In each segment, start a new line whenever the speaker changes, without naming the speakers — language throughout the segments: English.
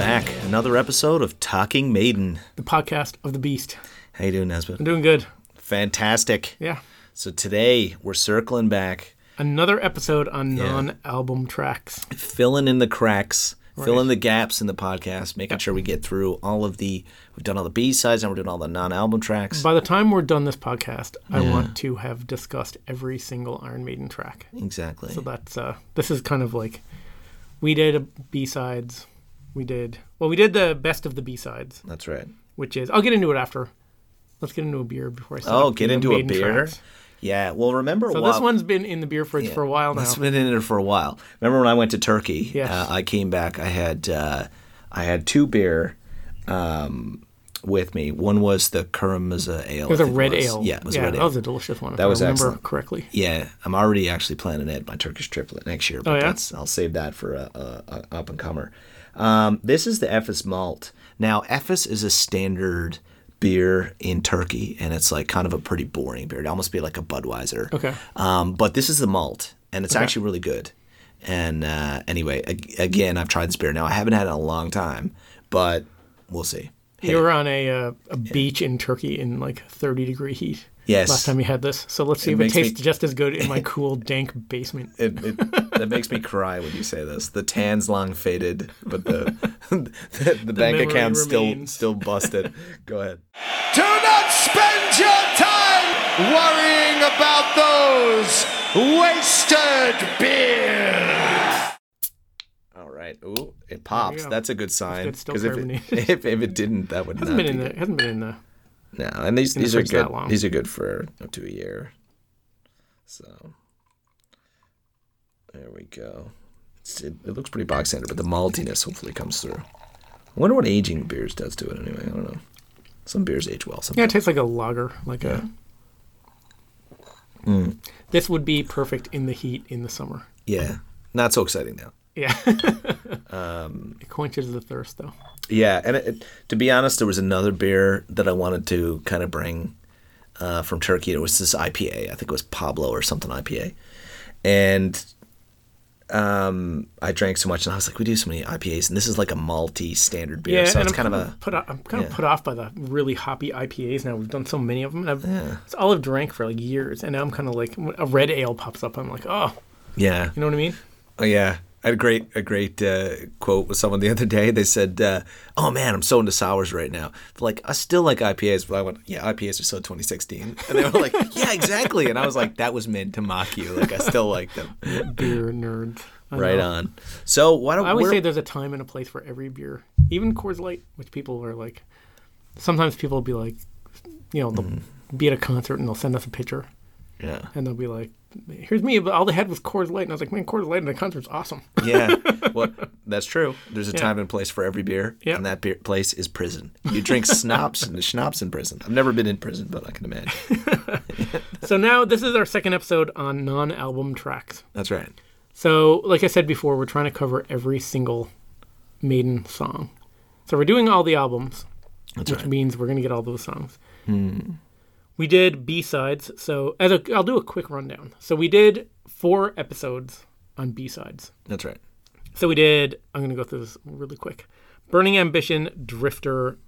another episode of Talking Maiden.
the podcast of the beast.
How you doing,
I'm
Nesbitt?
doing good.
Fantastic.
Yeah.
So today we're circling back,
Another episode on non-album tracks.
filling in the cracks, filling the gaps in the podcast, making sure we get through all of the. We've done all the B sides and we're doing all the non-album tracks,
By the time we're done this podcast, I want to have discussed every single Iron Maiden track.
exactly.
So that's uh this is kind of like we did a B-sides. We did Well, we did the best of the B-sides,
That's right.
which is I'll get into it after. Let's get into a beer before I set
Oh,
up
get
the
into a
Maiden
beer.
tracks.
Yeah. Well, remember
So
while-
this one's been in the beer fridge for a while now.
It's been in there for a while. Remember when I went to Turkey?
Yes.
Uh, I came back. I had uh, I had two beer um, with me. One was the Karamazov ale.
it was a red ale. Oh,
Yeah, it was a red
that
ale.
was a delicious one. If
That
I
was
remember
excellent.
correctly.
yeah, I'm already actually planning it my Turkish triplet next year. But
Oh, yeah?
that's I'll save that for a, a, a up and comer. Um, this is the Efes malt. Now Efes is a standard beer in Turkey, and it's like kind of a pretty boring beer. It'd almost be like a Budweiser.
Okay.
Um, but this is the malt, and it's actually really good. And uh, anyway, ag- again, I've tried this beer now. I haven't had it in a long time, but we'll see. Hit
You
it.
were on a uh, a beach in Turkey in like 30 degree heat.
Yes.
Last time you had this, so let's see if it
makes me-
tastes just as good in my cool dank basement.
It, it, that makes me cry when you say this. The tan's long faded, but the the, the, bank
memory
account's
remains.
still still busted. Go ahead.
Do not spend your time worrying about those wasted beers.
All right. Ooh, it pops.
go.
That's a good sign.
good. Still
Because if, it-
carbonated.
if, if it didn't, that would
Hasn't
not
been in
be
the hasn't been in the
good. No, and these
in the
these are
fridge that
good.
long.
These are good for up to a year. So there we go. It's, it, it looks pretty box standard, but the maltiness hopefully comes through. I wonder what aging beers does to it anyway. I don't know. Some beers age well. Some
yeah. It tastes like a lager, like a.
Mm.
This would be perfect in the heat in the summer.
Yeah. Not so exciting now.
Yeah. it quenches the thirst though.
Yeah. And it, it- to be honest, there was another beer that I wanted to kind of bring uh, from Turkey. It was this IPA. I think it was Pablo or something IPA. And um, I drank so much and I was like, we do so many IPAs. And this is like a malty standard beer. so
and
it's
I'm
kind of a.
put. off- I'm kind of
yeah.
put off by the really hoppy IPAs now. We've done so many of them. And I've, It's all I've drank for like years, and now I'm kind of like when a red ale pops up. I'm like, oh,
Yeah.
you know what I mean?
Oh yeah, I had a great a great uh, quote with someone the other day. They said, uh, "Oh man, I'm so into sours right now." They're like, I still like IPAs, but I went, "Yeah, IPAs are so 2016." And they were like, "Yeah, exactly." And I was like, "That was meant to mock you. Like, I still like them."
Beer nerds. I
Right
know.
on. So why don't
I always
we're-
say there's a time and a place for every beer, even Coors Light, which people are like. Sometimes people will be like, you know, they'll be at a concert and they'll send us a picture,
Yeah.
and they'll be like, "Here's me." But all they had was Coors Light, and I was like, "Man, Coors Light in a concert's awesome."
Yeah, well, that's true. There's a time and place for every beer,
Yep.
and that beer place is prison. You drink schnapps and the schnapps in prison. I've never been in prison, but I can imagine.
so now this is our second episode on non-album tracks.
That's right.
So, like I said before, we're trying to cover every single Maiden song. So we're doing all the albums, which means we're going to get all those songs. We did B sides. So as a, I'll do a quick rundown. So we did four episodes on B sides.
That's right.
So we did. I'm going to go through this really quick. Burning Ambition, Drifter,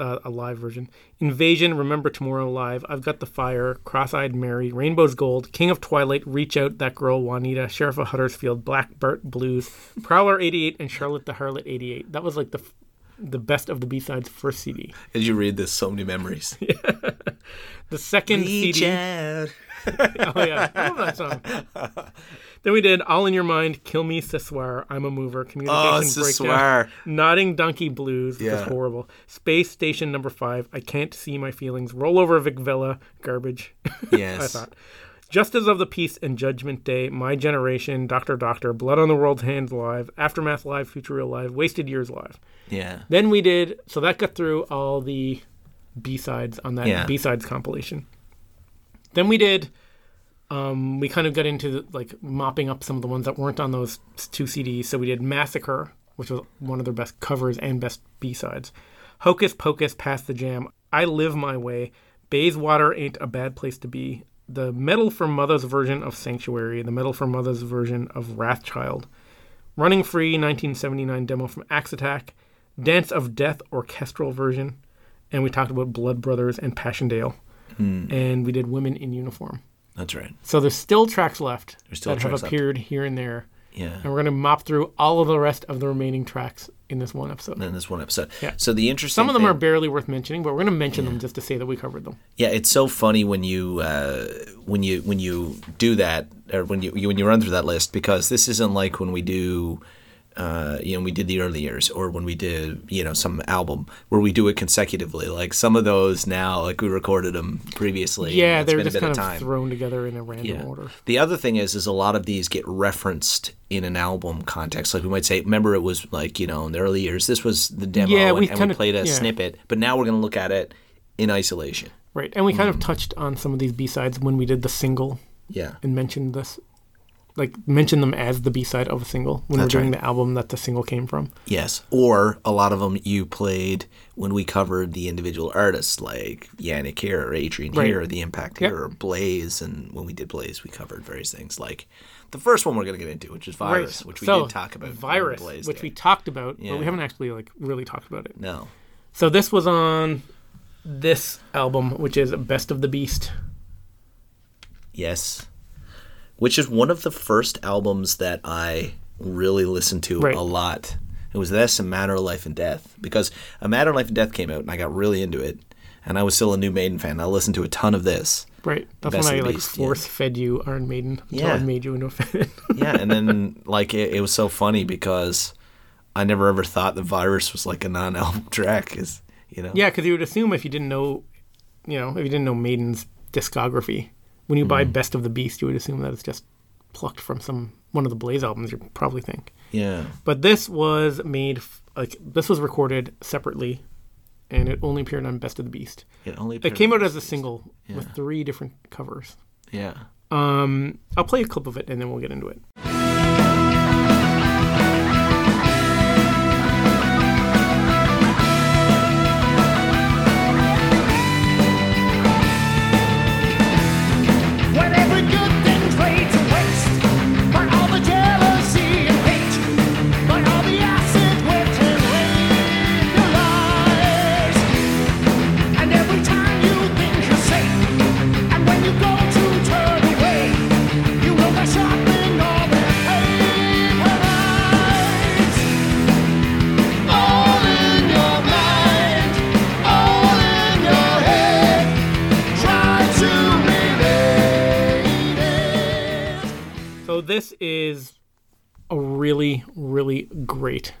uh, a live version. Invasion, Remember Tomorrow live. I've Got the Fire, Cross Eyed Mary, Rainbow's Gold, King of Twilight, Reach Out, That Girl, Juanita, Sheriff of Huddersfield, Black Bert Blues, Prowler 88, and Charlotte the Harlot 88. That was like the f- the best of the B sides first CD.
As you read this, so many memories.
The second CD.
out.
Oh yeah, I love that song. then we did All in Your Mind, Kill Me, Siswar, I'm a Mover,
Oh,
Communication Breakdown,
Siswar.
Nodding Donkey Blues, which
Yeah.
is horrible. Space Station Number Five, I Can't See My Feelings, Rollover Vic Vella, garbage.
Yes.
I thought. Justice of the Peace and Judgment Day, My Generation, Doctor Doctor, Blood on the World's Hands Live, Aftermath Live, Future Real Live, Wasted Years Live.
Yeah.
Then we did so that got through all the B sides on that
Yeah.
B sides compilation. Then we did um, we kind of got into like mopping up some of the ones that weren't on those two CDs. So we did Massacre, which was one of their best covers and best B sides. Hocus Pocus, Pass the Jam, I Live My Way, Bayswater Ain't a Bad Place to Be, the Metal for Mother's version of Sanctuary, the Metal for Mother's version of Wrathchild, Running Free 1979 demo from Axe Attack, Dance of Death orchestral version, and we talked about Blood Brothers and Passchendaele,
Hmm.
and we did Women in Uniform.
That's right.
So there's still tracks left
There's still
that
tracks
have
left.
appeared here and there,
Yeah.
and we're gonna mop through all of the rest of the remaining tracks in this one episode.
In this one episode.
Yeah.
So the interesting
Some of them
thing-
are barely worth mentioning, but we're gonna mention them just to say that we covered them.
Yeah, it's so funny when you uh, when you when you do that or when you, you when you run through that list because this isn't like when we do uh, you know we did the early years or when we did you know some album where we do it consecutively like some of those now like we recorded them previously and
Yeah,
it's
they're
been a
just
bit
kind
of
of
time.
thrown together in a random
Yeah.
order.
The other thing is, is a lot of these get referenced in an album context. Like we might say, remember it was like you know in the early years, this was the demo,
Yeah,
and
we
and we
kinda-
played a
yeah.
snippet. But now we're going to look at it in isolation.
Right, and we kind
Hmm.
of touched on some of these B sides when we did the single
Yeah,
and mentioned this, like mentioned them as the B side of a single when
That's
we're doing
right.
the album that the single came from.
yes. Or a lot of them you played when we covered the individual artists, like Yannick here or Adrian
Right.
here, or the Impact
Yep.
here, or Blaze. And when we did Blaze, we covered various things like the first one we're going to get into, which is Virus, which we
so,
did talk about. when
Virus,
Blaze
which
did.
we talked about, but
Yeah.
we haven't actually like really talked about it.
no.
So this was on this album, which is Best of the Beast.
Yes. Which is one of the first albums that I really listened to
Right.
a lot. It was this and Matter of Life and Death. Because A Matter of Life and Death came out and I got really into it. And I was still a new Maiden fan. and I listened to a ton of this.
Right, that's
Best of
when I
the
like
Beast, yeah.
force fed you Iron Maiden until I
Yeah.
made you into a fan.
Yeah. And then, like, it, it was so funny because I never ever thought The Virus was like a non album track. Is, you know?
Yeah, because you would assume if you didn't know, you know, if you didn't know Maiden's discography, when you
Mm-hmm.
buy Best of the Beast, you would assume that it's just plucked from some one of the Blaze albums. You probably think,
Yeah.
but this was made f- like this was recorded separately, and it only appeared on Best of the Beast.
It only
It came out as a single with three different covers.
Yeah.
Um, I'll play a clip of it and then we'll get into it.
When every good thing is laid to waste by all the jealousy and hate, by all the acid which lies. And every time you think you're safe, and when you go to turn away, you know they're sharpening all their paper knives. All in your mind, all in your head. Try to relate it.
So this is a really, really great,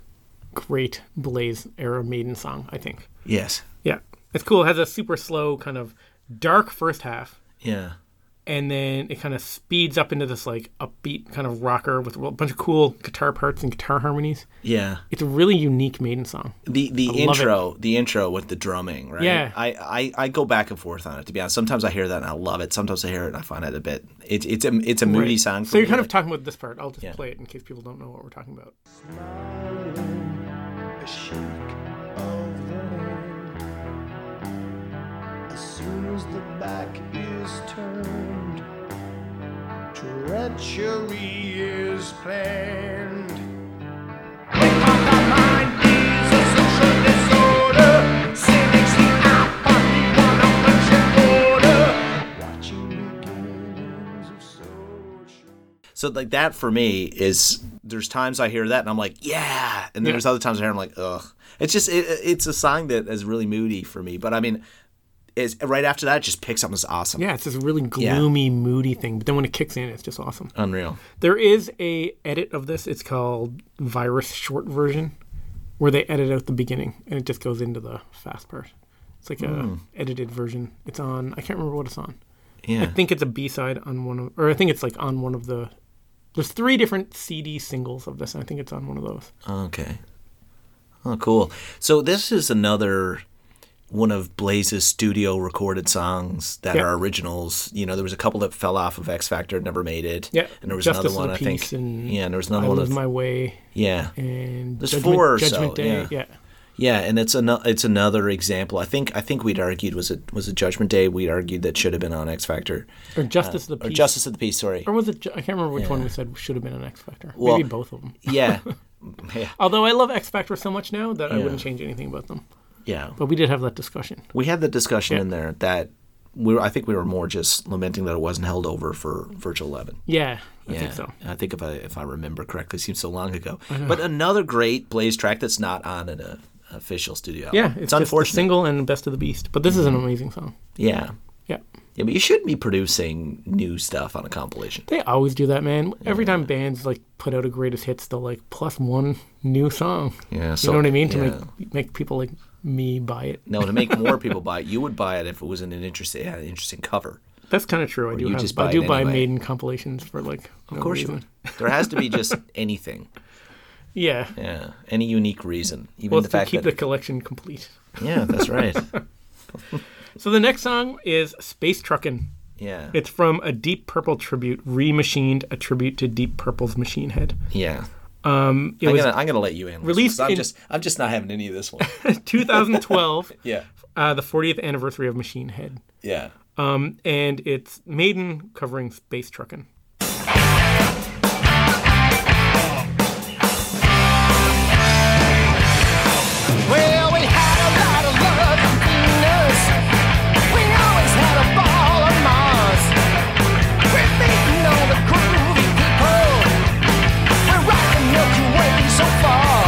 great Blaze era Maiden song. I think.
Yes.
Yeah, it's cool. It has a super slow kind of dark first half,
Yeah.
and then it kind of speeds up into this like upbeat kind of rocker with a bunch of cool guitar parts and guitar harmonies.
Yeah.
It's a really unique Maiden song.
the the
love
intro the intro with the drumming right
Yeah.
I, I i go back and forth on it to be honest sometimes i hear that and i love it sometimes i hear it and i find it a bit it's it's a it's a moody
Right.
song for
So you're
me,
kind of
like-
talking about this part. I'll just
Yeah.
play it in case people don't know what we're talking about.
a shake of the hand. As soon as the back is turned, treachery is planned. Watching the games of social.
so like that for me is there's times i hear that and i'm like yeah and then
Yeah.
there's other times i hear it, i'm like ugh it's just it, it's a song that is really moody for me but i mean is right after that it just picks up and it's awesome
Yeah, it's this really gloomy, moody thing, but then when it kicks in, it's just awesome.
unreal
There is a edit of this. It's called Virus Short Version, where they edit out the beginning and it just goes into the fast part. It's like
Hmm.
a edited version. It's on. I can't remember what it's on.
yeah
I think it's a B side on one of, or I think it's like on one of the. There's three different CD singles of this, and I think it's on one of those.
Okay. Oh, cool. So this is another one of Blaze's studio recorded songs that
Yeah.
are originals. You know, there was a couple that fell off of X Factor, never made it.
Yeah,
And there was
Justice
another one,
of
I
the
think.
Peace and
yeah, and there was
I
another one.
Lose
Of,
My Way
yeah.
and
There's
Judgment,
four or so,
Judgment Day.
yeah.
Yeah.
Yeah, and it's an, it's another example. I think I think we'd argued was it was it Judgment Day we'd argued that should have been on X Factor.
or Justice of the
Uh, Or
Peace.
Justice of the Peace, sorry.
Or was it? Ju- I can't remember which one we said should have been an X Factor.
Well,
Maybe both of them.
yeah. Yeah.
Although I love X Factor so much now that I
Yeah.
wouldn't change anything about them.
Yeah.
But we did have that discussion.
We had the discussion in there that we were, I think we were more just lamenting that it wasn't held over for Virgil Eleven.
Yeah, I
yeah.
think so.
I think if I if I remember correctly, it seems so long ago. But another great Blaze track that's not on an uh, official studio album.
Yeah, it's,
it's
just a
unfortunate. Mm-hmm.
single and Best of the Beast. But this is an amazing song.
yeah.
Yeah.
Yeah, but you should be producing new stuff on a compilation.
They always do that, man. Every time bands like put out a greatest hits, they'll like plus one new song.
Yeah,
you
so-
know what I mean? To
yeah.
make make people like me buy it.
No, to make more people buy it, you would buy it if it was an interesting, had an interesting cover.
That's kind of true. I do
you
have.
just buy
I do
it
buy
anyway.
Maiden compilations for like. no
Of course
reason.
you would. There has to be just anything.
Yeah.
Yeah, any unique reason, even
Well,
the
it's to
fact
keep
that
the collection complete.
yeah, that's right.
So the next song is Space Truckin'.
Yeah,
It's from a Deep Purple tribute, remachined a tribute to Deep Purple's Machine Head.
yeah.
Um, It
I'm
was
gonna I'm gonna let you in.
released
I'm
in-
just I'm just not having any of this one.
2012,
Yeah,
uh, the 40th anniversary of Machine Head,
yeah.
and it's Maiden covering Space Truckin'.
Well, we had a lot of love from Venus. We always had a ball on Mars. We're beating all the groovy people. We're rocking Milky Way so far.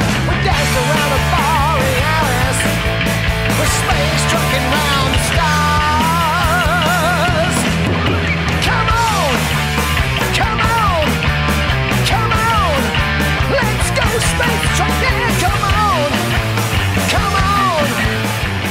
We danced around a Borealis. We're space trucking round the stars. Come on, come on, come on. Let's go space trucking. Come on, come on,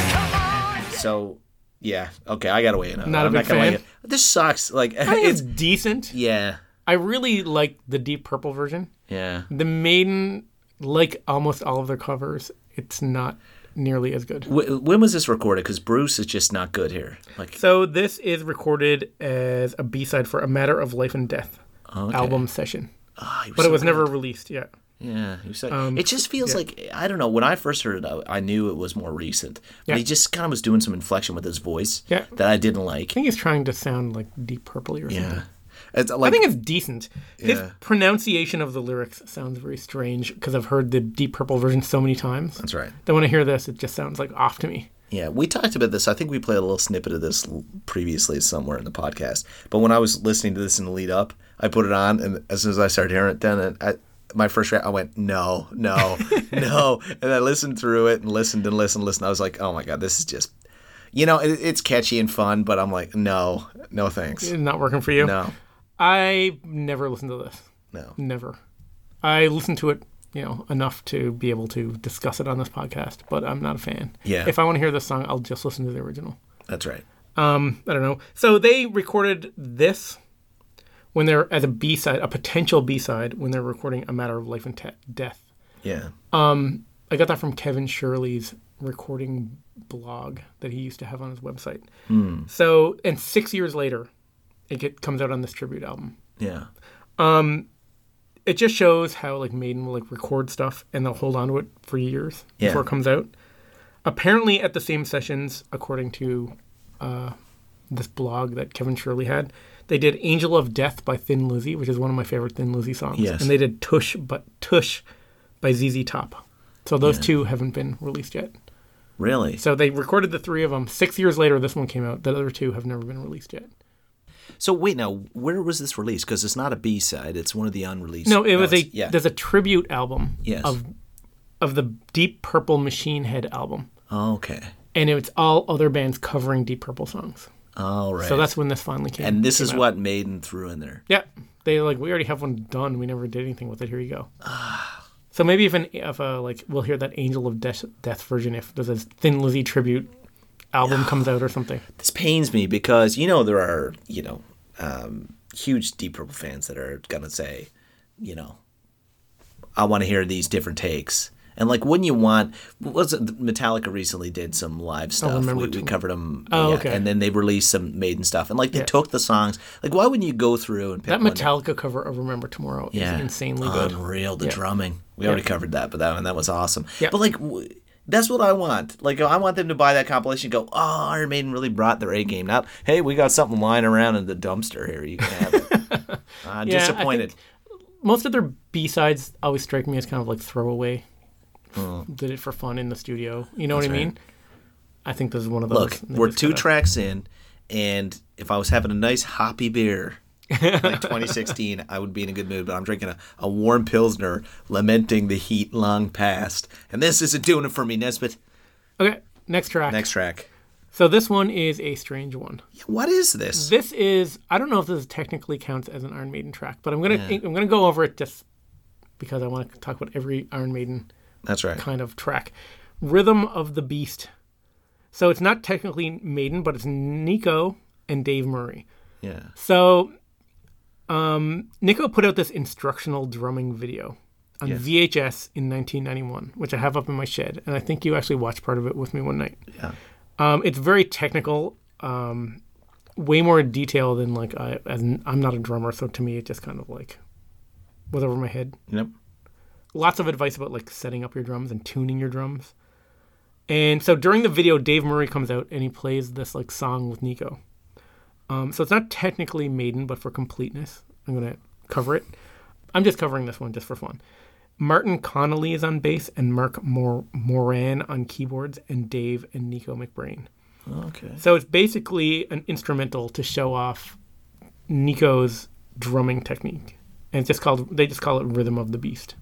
come on.
So yeah, okay. I gotta weigh in. on it.
Not a
I'm
big
gonna
fan.
weigh in. This sucks. Like
It's
it's
decent.
yeah,
I really like the Deep Purple version.
yeah.
The Maiden, like almost all of their covers, it's not nearly as good.
Wh- when was this recorded? Because Bruce is just not good here. Like
So this is recorded as a B-side for A Matter of Life and Death album session,
ah, he was
but
so
it was Um,
good.
never released yet.
Yeah, he was like, it just feels like I don't know. When I first heard it, I, I knew it was more recent, but
Yeah.
he just kind of was doing some inflection with his voice
Yeah.
that I didn't like.
I think he's trying to sound like Deep Purple or something.
Yeah, it's like
I think it's decent. His
Yeah.
pronunciation of the lyrics sounds very strange because I've heard the Deep Purple version so many times.
that's right.
Then when I hear this, it just sounds like off to me.
Yeah, we talked about this. I think we played a little snippet of this l- previously somewhere in the podcast. But when I was listening to this in the lead up, I put it on, and as soon as I started hearing it, then it, I, my first reaction, I went, "No, no, no!" And I listened through it and listened and listened, listened. I was like, "Oh my god, this is just." You know, it, it's catchy and fun, but I'm like, no, no thanks.
It's not working for you.
No,
I never listened to this.
no.
Never. I listened to it, you know, enough to be able to discuss it on this podcast, but I'm not a fan.
Yeah.
If I want to hear this song, I'll just listen to the original.
That's right.
Um, I don't know. So they recorded this when they're as a B side, a potential B side, when they're recording a matter of life and te- death.
Yeah.
I got that from Kevin Shirley's recording blog that he used to have on his website. So, and six years later, it get, comes out on this tribute album.
Yeah.
It just shows how like Maiden will like record stuff and they'll hold on to it for years
Yeah.
before it comes out. Apparently, at the same sessions, according to uh, this blog that Kevin Shirley had, they did "Angel of Death" by Thin Lizzy, which is one of my favorite Thin Lizzy songs.
Yes.
And they did "Tush" but "Tush" by ZZ Top. So those two haven't been released yet.
Really?
So they recorded the three of them. Six years later, this one came out. The other two have never been released yet.
So wait now, where was this released? Because it's not a B side; it's one of the unreleased.
No, it was a
yeah.
there's a tribute album
Yes.
of of the Deep Purple Machine Head album,
Oh, Okay.
and it's all other bands covering Deep Purple songs.
All right.
So that's when this finally came.
and this
came
is
out.
what Maiden threw in there.
Yeah, they like we already have one done. We never did anything with it. Here you go.
Ah.
so maybe if an if a, like we'll hear that Angel of Death, Death version if there's a Thin Lizzy tribute album comes out or something.
This pains me because you know there are you know um, huge Deep Purple fans that are gonna say, you know, I want to hear these different takes. And like, wouldn't you want? Was it Metallica recently did some live stuff?
remember
We, we
too.
covered them,
Oh, okay.
and then they released some Maiden stuff, and like they
Yeah.
took the songs. Like, why wouldn't you go through and pick
That
one
Metallica cover of Remember Tomorrow is insanely good.
Unreal, the
Yeah.
drumming. We already covered that, but that one that was awesome.
Yeah.
But like, w- that's what I want. Like, I want them to buy that compilation. and Go, oh, Iron Maiden really brought their A game. Not, hey, we got something lying around in the dumpster here. You can have it. I'm
Yeah, I
disappointed.
think most of their B sides always strike me as kind of like throwaway. Did it for fun in the studio. You know what I
Hmm. right.
mean? I think this is one of those.
Look,
that
we're
just
two
kinda-
tracks in, and if I was having a nice hoppy beer like 2016, I would be in a good mood. But I'm drinking a, a warm Pilsner, lamenting the heat long past. And this isn't doing it for me, Nesbitt.
Okay, next track.
Next track.
So this one is a strange one.
What is this?
This is I don't know if this technically counts as an Iron Maiden track, but I'm gonna I'm gonna go over it just because I want to talk about every Iron Maiden
That's right.
kind of track. Rhythm of the Beast. So it's not technically Maiden, but it's Nico and Dave Murray.
Yeah.
So um, Nico put out this instructional drumming video on VHS in 1991, which I have up in my shed, and I think you actually watched part of it with me one night.
Yeah.
Um, it's very technical, um, way more detail than like I. As n- I'm not a drummer, so to me it just kind of like was over my head
Yep.
lots of advice about like setting up your drums and tuning your drums. And so during the video, Dave Murray comes out and he plays this like song with Nico. Um, so it's not technically Maiden, but for completeness, I'm gonna cover it. I'm just covering this one just for fun. Martin Connolly is on bass and Mark Mor- Moran on keyboards and Dave and Nico McBrain.
Okay.
So it's basically an instrumental to show off Nico's drumming technique. And it's just called they just call it Rhythm of the Beast.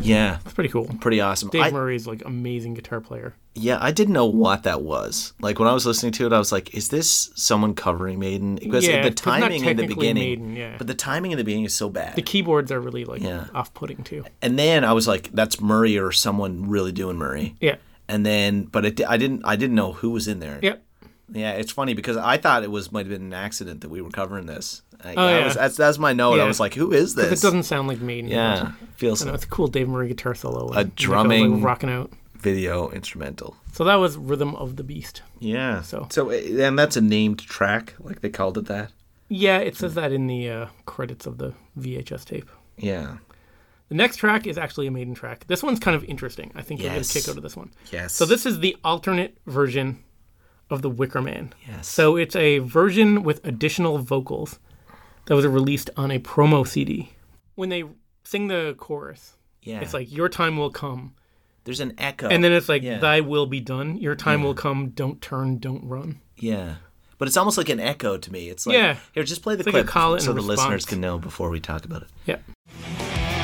Yeah.
It's pretty cool.
Pretty awesome.
Dave
I-
Murray is like amazing guitar player.
yeah, I didn't know what that was. Like when I was listening to it, I was like, "Is this someone covering Maiden?" Because
Yeah,
the
it's not
timing in the
technically
beginning,
Maiden, yeah.
but the timing in the beginning is so bad.
The keyboards are really like
Yeah.
off-putting too.
and then I was like, "That's Murray or someone really doing Murray."
Yeah.
and then but it, I didn't I didn't know who was in there.
Yep.
Yeah, it's funny because I thought it was might have been an accident that we were covering this. I,
Oh,
I
yeah.
was, that's that's my note.
Yeah.
I was like, who is
It
this?
doesn't sound like Maiden.
yeah, feels
I know
like
it's a cool Dave Murray guitar
A
solo. and Nico's, like,
drumming-
rocking out.
video instrumental.
So that was Rhythm of the Beast.
Yeah.
So-
So so uh, and that's a named track, like they called it that.
Yeah, it says that in the uh, credits of the VHS tape.
Yeah.
The next track is actually a Maiden track. This one's kind of interesting. I think you'll get a
Yes.
kick out of this one.
Yes.
So this is the alternate version of the Wicker Man.
Yes.
So it's a version with additional vocals that was released on a promo CD. When they sing the chorus,
yeah.
it's like "Your time will come,"
there's an echo.
and then it's like
yeah.
"Thy will be done." Your time will come. Don't turn. Don't run.
yeah. But it's almost like an echo to me. It's like
Yeah.
here, just play the
like a
clip
call and
so the
response.
listeners can know before we talk about it.
Yeah.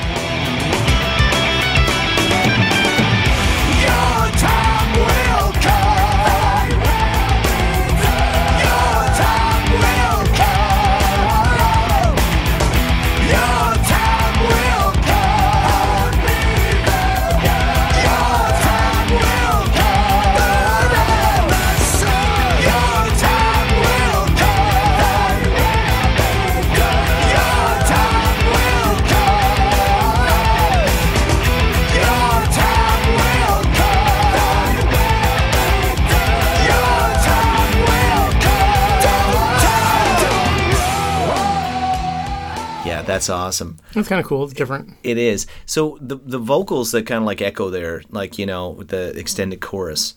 Yeah, that's awesome.
That's kind of cool. It's different.
It is. So the the vocals that kind of like echo there, like you know, with the extended chorus.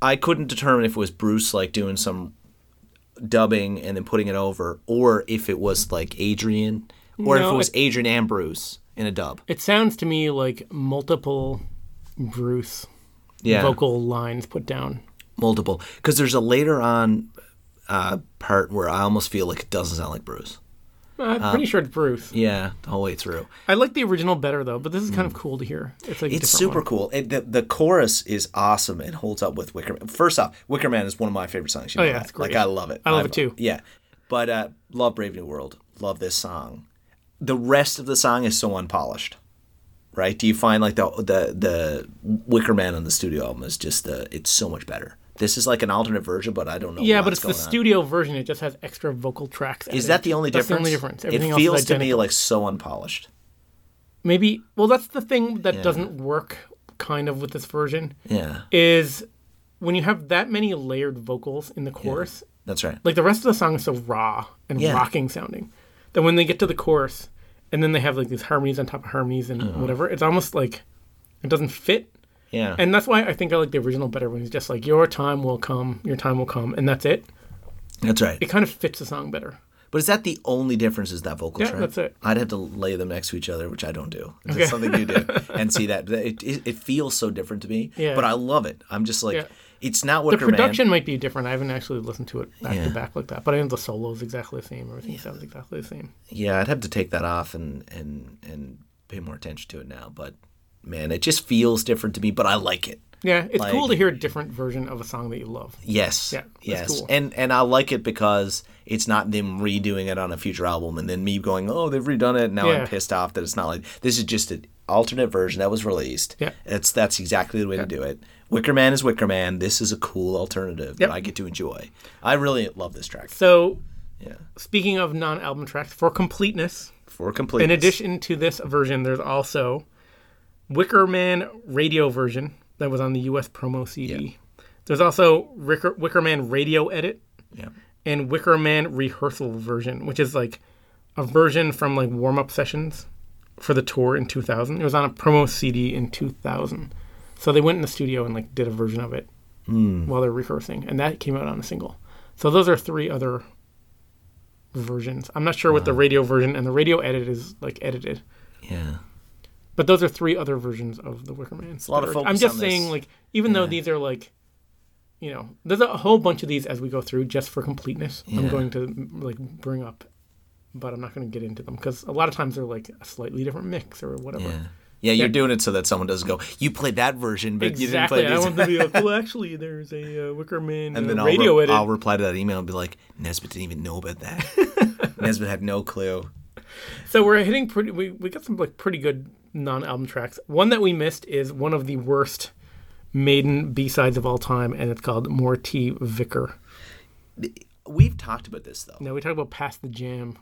I couldn't determine if it was Bruce like doing some dubbing and then putting it over, or if it was like Adrian, or if
No,
it was
it-
Adrian and Bruce in a dub.
It sounds to me like multiple Bruce
Yeah,
vocal lines put down.
multiple. Because there's a later on uh, part where I almost feel like it doesn't sound like Bruce.
I'm
Um,
pretty sure it's Bruce.
Yeah, the whole way through.
I like the original better though, but this is kind of cool to hear. It's like a
mm. It's
different
super
one.
cool. It, the, the chorus is awesome and holds up with Wicker Man. First off, Wicker Man is one of my favorite songs. You
Oh,
know
yeah,
that.
it's great.
Like, I love it.
I love
I've-
it, too.
Yeah. But uh, love Brave New World. Love this song. The rest of the song is so unpolished, right? Do you find like the the the Wicker Man on the studio album is just the it's so much better. This is like an alternate version, but I don't know.
Yeah, but
what's
it's the
going on.
studio version. It just has extra vocal tracks.
Is
added.
that the only
That's
difference?
The only difference. Everything
it
else is
feels to me
identical.
like so unpolished.
maybe. Well, that's the thing that
Yeah.
doesn't work kind of with this version
Yeah,
is when you have that many layered vocals in the chorus.
that's right.
Like the rest of the song is so raw and
Yeah.
rocking sounding that when they get to the chorus and then they have like these harmonies on top of harmonies and
Uh-huh.
whatever, it's almost like it doesn't fit.
yeah,
And that's why I think I like the original better when he's just like, "Your time will come, your time will come," and that's it.
that's right.
It kind of fits the song better.
But is that the only difference? Is that vocal
Yeah,
track?
that's it.
I'd have to lay them next to each other, which I don't do. It's something you do, and see that it, it, it feels so different to me.
Yeah.
But I love it. I'm just like,
Yeah.
it's not
The
Wicker
production
Man.
might be different. I haven't actually listened to it back
Yeah.
to back like that, but I know the solo is exactly the same. Everything sounds exactly the same.
Yeah, I'd have to take that off and and and pay more attention to it now. But man, it just feels different to me. But I like it.
Yeah, it's cool
Like-
to hear a different version of a song that you love.
Yes.
Yeah, that's
yes.
cool.
And and I like it because it's not them redoing it on a future album and then me going, oh, they've redone it. Now
Yeah.
I'm pissed off that it's not like this is just an alternate version that was released.
Yeah.
It's that's exactly the way to do it. Wicker Man is Wicker Man. This is a cool alternative
Yep.
that I get to enjoy. I really love this track.
So,
Yeah.
speaking of non-album tracks, for completeness,
For complete.
in addition to this version, there's also Wicker Man radio version that was on the U.S. promo CD. There's also Ricker, Wicker Man radio edit
Yeah.
and Wicker Man rehearsal version, which is like a version from like warm up sessions for the tour in 2000. It was on a promo CD in 2000. So they went in the studio and like did a version of it while they're rehearsing, and that came out on a single. So those are three other versions. I'm not sure what the radio version and the radio edit is like edited,
Yeah.
but those are three other versions of the Wicker Man. It's
a lot of focus
I'm just
on
saying,
this.
like, even though these are like, you know, there's a whole bunch of these as we go through, just for completeness. I'm
Yeah.
going to m- like bring up, but I'm not going to get into them because a lot of times they're like a slightly different mix or whatever.
Yeah. Yeah, you're
Yeah.
doing it so that someone doesn't go, you played that version, but
Exactly.
you
I
didn't play
want
this.
them to be like, well, actually, there's a uh, Wicker Man
And then
uh,
I'll,
radio
re-
edit.
I'll reply to that email and be like, Nesbitt didn't even know about that. Nesbitt had no clue.
So we're hitting pretty. We, we got some like pretty good non-album tracks. One that we missed is one of the worst Maiden B sides of all time, and it's called More T Vicar.
We've talked about this though.
Now we talk about past the jam.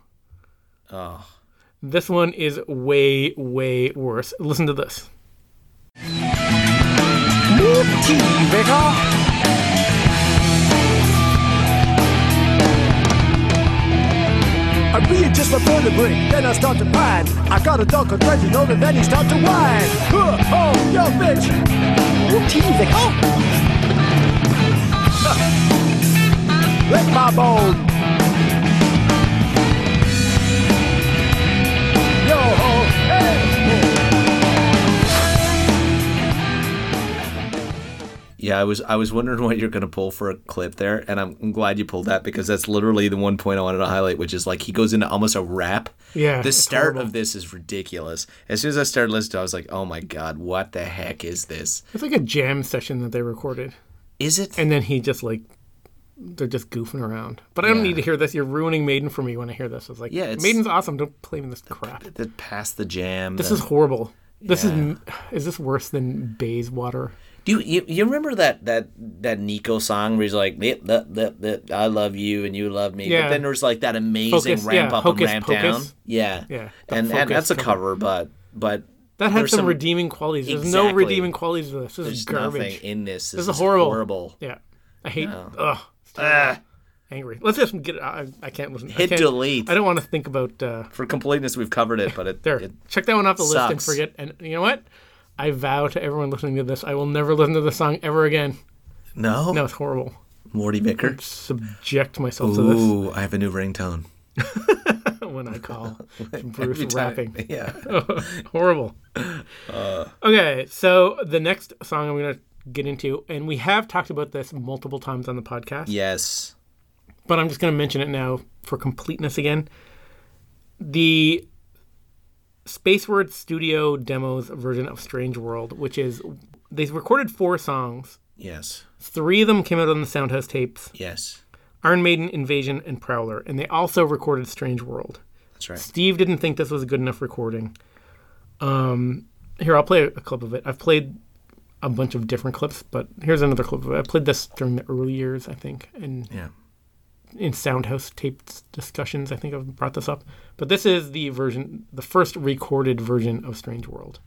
Oh. This one is way way worse. Listen to this.
I read just before the break, then I start to pine. I got a dark question over, then he start to whine. Huh, oh, yo, bitch. You teasing, huh? Let my bone. Yo, ho, hey.
Yeah, I was I was wondering what you're gonna pull for a clip there, and I'm, I'm glad you pulled that because that's literally the one point I wanted to highlight, which is like he goes into almost a rap.
Yeah,
The
it's
start
horrible.
of this is ridiculous. As soon as I started listening, to it, I was like, oh my god, what the heck is this?
It's like a jam session that they recorded,
Is it?
and then he just like they're just goofing around. But I don't need to hear this. You're ruining Maiden for me when I hear this. It's like
Yeah, it's-
Maiden's awesome. Don't play in this crap.
the past the jam.
This
the-
is horrible. This is
Yeah.
m- is this worse than Bayswater?
Do you, you you remember that that that Nico song where he's like, "Lip, lip, lip, lip, "I love you and you love me,"
Yeah.
but then there was like that amazing
Focus,
ramp
yeah,
up
Hocus
and ramp
Pocus.
down. Yeah,
Yeah, the
and and
Focus
that's a cover,
cover.
but but
That had
there's
some, redeeming qualities. There's no
Exactly.
redeeming qualities to this. This is
There's
garbage.
nothing in this. This,
this is horrible.
horrible.
Yeah, I hate. Ugh. it's terrible. Angry. Let's just get. it out. I, I can't listen. I
Ah. Hit
can't,
delete.
I don't want to think about. Uh,
For completeness, we've covered it, but it,
there.
it
Check that one off the list and
sucks.
forget. And you know what? I vow to everyone listening to this, I will never listen to this song ever again.
no,
No, it's horrible.
Morty Vicker.
Subject myself to
Ooh, I have a new ringtone.
this when I call Bruce
Every time- Uh.
rapping.
Yeah,
horrible. okay, so the next song I'm going to get into, and we have talked about this multiple times on the podcast,
yes,
but I'm just going to mention it now for completeness again. The Spaceward Studio Demos version of Strange World, which is they recorded four songs.
yes,
Three of them came out on the Soundhouse tapes.
yes.
Iron Maiden, Invasion, and Prowler, and they also recorded Strange World.
That's right.
Steve didn't think this was a good enough recording. Um, here, I'll play a clip of it. I've played a bunch of different clips, but here's another clip of it. I played this during the early years, I think, and
Yeah.
in Soundhouse taped discussions. I think I've brought this up, but this is the version, the first recorded version of Strange World.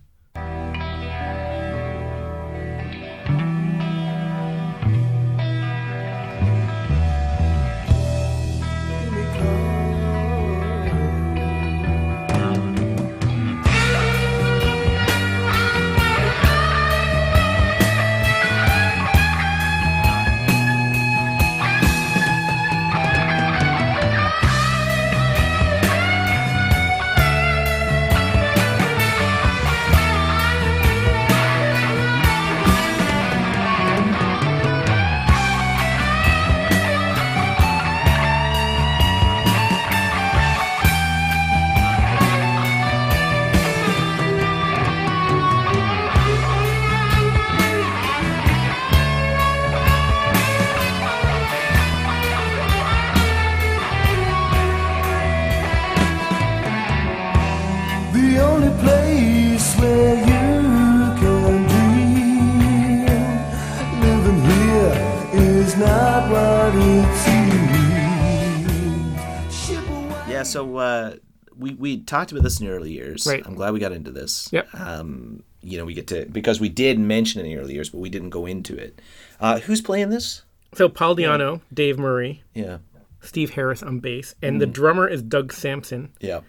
The only place where you can be living here is not what it seems. Ship away.
Yeah. So uh, we we talked about this in the early years.
Right.
I'm glad we got into this.
Yep.
Um, you know, we get to because we did mention it in the early years, but we didn't go into it. Uh, who's playing this?
So Paul Diano, Dave Murray,
Yeah.
Steve Harris on bass, and the drummer is Doug Sampson,
Yeah.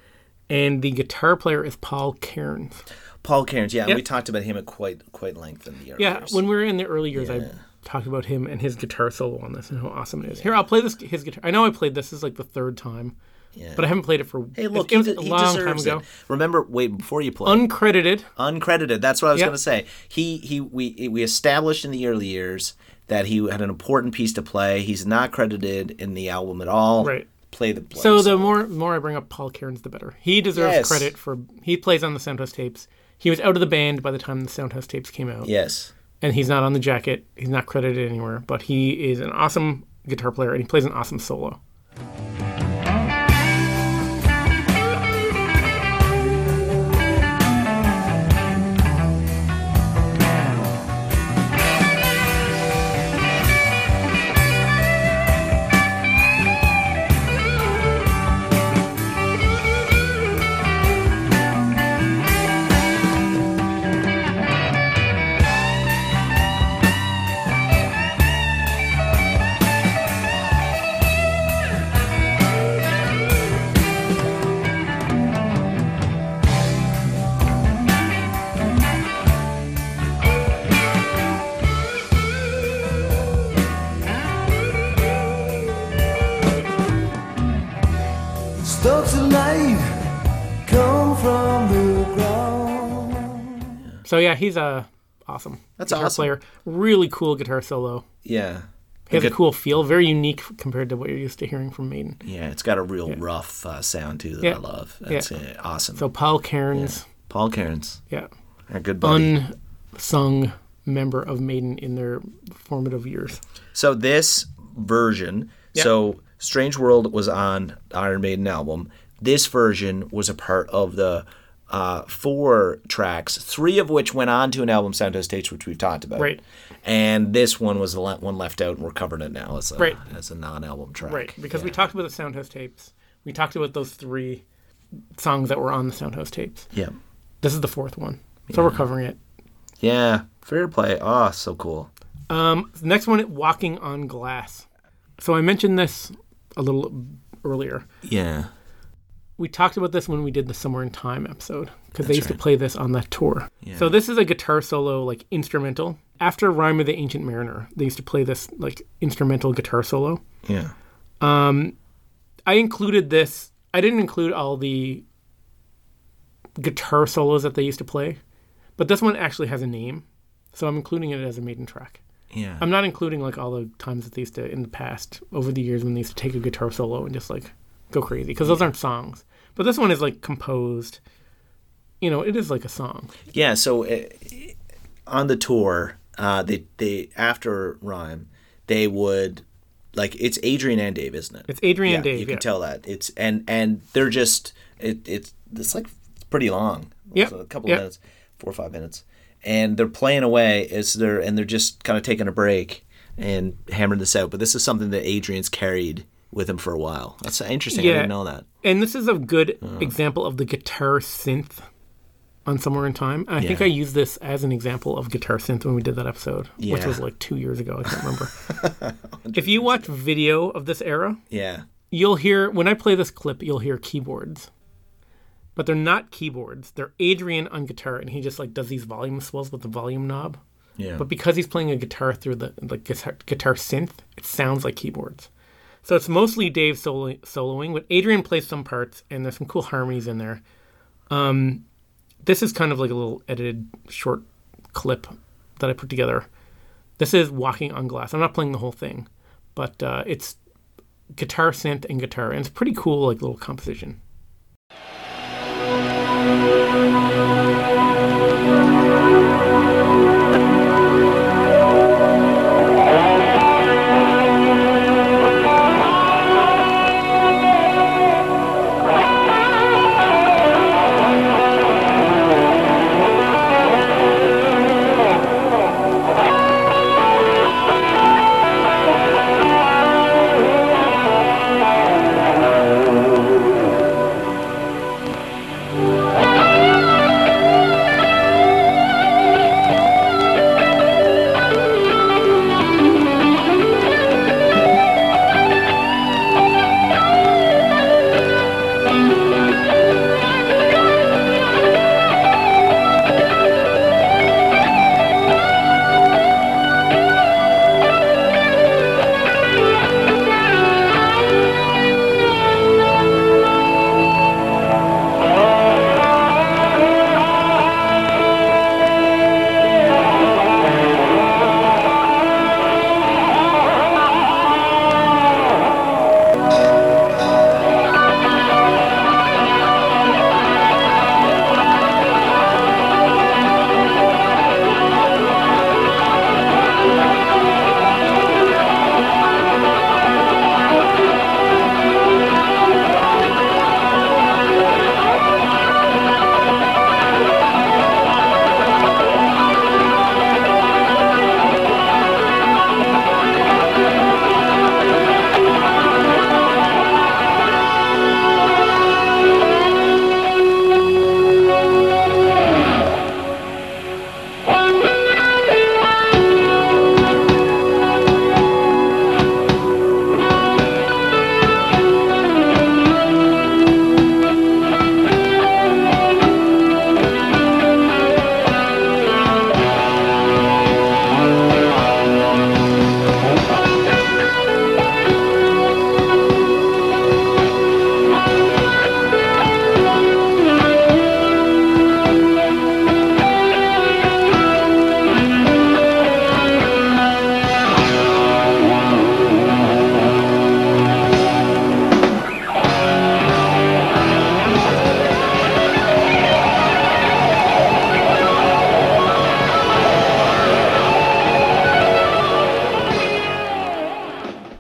and the guitar player is Paul Cairns.
Paul Cairns. Yeah.
Yep.
We talked about him at quite quite length in the early
Yeah,
years.
when we were in the early years, I talked about him and his guitar solo on this and how awesome it is. Here, I'll play this his guitar. I know I played this, this is like the third time,
Yeah.
but I haven't played it for
Hey, look,
it was
he,
a
de- he
long time
deserves
ago.
it. Remember, wait before you play.
Uncredited,
uncredited. That's what I was
Yep.
going to say. He he we we established in the early years that he had an important piece to play. He's not credited in the album at all.
Right.
Play the play.
So the more more I bring up Paul Cairns, the better. He deserves
Yes.
credit for he plays on the Soundhouse tapes. He was out of the band by the time the Soundhouse tapes came out,
yes.
and he's not on the jacket. He's not credited anywhere, but he is an awesome guitar player and he plays an awesome solo.
Stokes of life come from the ground.
So yeah, he's a awesome
That's
guitar
awesome.
player. Really cool guitar solo.
Yeah.
He has a
Good-
cool feel, very unique f- compared to what you're used to hearing from Maiden.
Yeah, it's got a real rough uh, sound too that
Yeah.
I love. That's uh, awesome.
So Paul Cairns,
Paul Cairns,
yeah,
our good buddy.
unsung member of Maiden in their formative years.
so this version, so Strange World was on Iron Maiden album. This version was a part of the uh, four tracks, three of which went on to an album Soundhouse Tapes, which we've talked about.
Right.
And this one was the le- one left out, and we're covering it now as a,
Right.
as a non-album track.
Right, because we talked about the Soundhouse tapes. We talked about those three songs that were on the Soundhouse tapes.
Yeah.
This is the fourth one, so we're covering it.
Yeah. Fair play. Ah, so cool.
The Um, next one, Walking on Glass. So I mentioned this a little earlier.
Yeah.
We talked about this when we did the Somewhere in Time episode because they used to play this on that tour. So this is a guitar solo, like instrumental. After Rhyme of the Ancient Mariner, they used to play this like instrumental guitar solo.
Yeah.
I included this. I didn't include all the guitar solos that they used to play, but this one actually has a name, so I'm including it as a maiden track.
Yeah.
I'm not including like all the times that they used to in the past over the years when they used to take a guitar solo and just like go crazy because those aren't songs. But this one is like composed. You know, it is like a song.
Yeah, so uh, on the tour, uh, they they after Rhyme, they would like it's Adrian and Dave, isn't it?
It's Adrian and Dave,
You can
yeah.
tell that it's and and they're just it it's it's like pretty long.
Yeah,
It's a couple
yeah.
of minutes, four or five minutes, and they're playing away as they're and they're just kind of taking a break and hammering this out. But this is something that Adrian's carried with him for a while. That's interesting. I
Yeah.
didn't know that.
And this is a good
Uh-huh.
example of the guitar synth on Somewhere in Time. I think
Yeah.
I used this as an example of guitar synth when we did that episode, which
Yeah.
was like two years ago. I can't remember. if you watch video of this era,
Yeah,
you'll hear, when I play this clip, you'll hear keyboards. But they're not keyboards. They're Adrian on guitar, and he just like does these volume swells with the volume knob.
yeah.
But because he's playing a guitar through the like guitar, guitar synth, it sounds like keyboards. So it's mostly Dave solo, soloing, but Adrian plays some parts, and there's some cool harmonies in there. Um, this is kind of like a little edited short clip that I put together. This is Walking on Glass. I'm not playing the whole thing, but uh, it's guitar synth and guitar, and it's pretty cool, like little composition.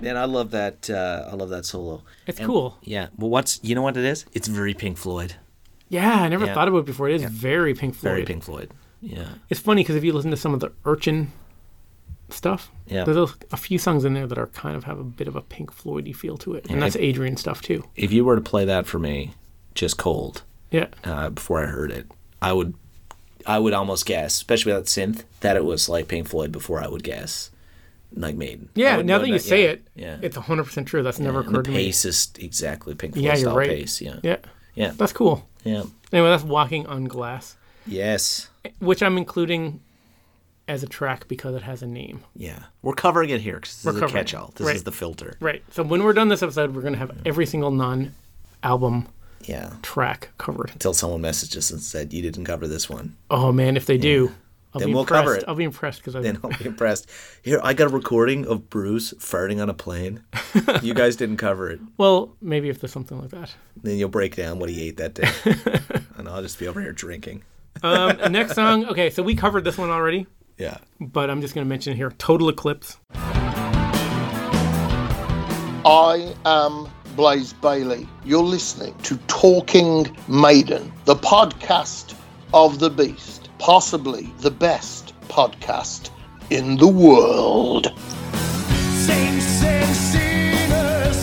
Man, I love that. Uh, I love that solo.
It's cool.
Yeah. Well, what's you know what it is? It's very Pink Floyd.
Yeah, I never
Yeah.
thought about it before. It is very Pink Floyd.
Very Pink Floyd. Yeah.
It's funny because if you listen to some of the Urchin stuff,
Yeah.
there's a- a few songs in there that are kind of have a bit of a Pink Floydy feel to it, and that's Adrian stuff too.
If you were to play that for me, just cold
Yeah,
uh, before I heard it, I would, I would almost guess, especially with that synth, that it was like Pink Floyd before I would guess, like Maiden. I
yeah.
would
Now
know
that you say
yeah,
it,
yeah.
it's 100 percent true. That's never
and the
occurred to me.
pace is exactly Pink Floyd
Yeah, you're
style
right.
pace. Yeah.
Yeah,
Yeah.
that's cool.
Yeah.
Anyway, that's Walking on Glass,
Yes.
which I'm including as a track because it has a name.
Yeah. We're covering it here because this
We're
is a
covering it.
catch-all. This
Right.
is the filter.
Right. So when we're done this episode, we're gonna have every single non-album
Yeah.
track covered.
Until someone messages and said you didn't cover this one,
Oh man, if they do, I'll
Then
be
we'll
impressed.
cover it.
I'll be impressed because
then I'll be impressed. Here, I got a recording of Bruce farting on a plane. you guys didn't cover it.
well, maybe if there's something like that.
Then you'll break down what he ate that day. and I'll just be over here drinking.
Um, next song. Okay, so we covered this one already,
Yeah.
but I'm just going to mention it here Total Eclipse.
I am Blaze Bailey. You're listening to Talking Maiden, the podcast of the Beast, possibly the best podcast in the world.
Saints and sinners,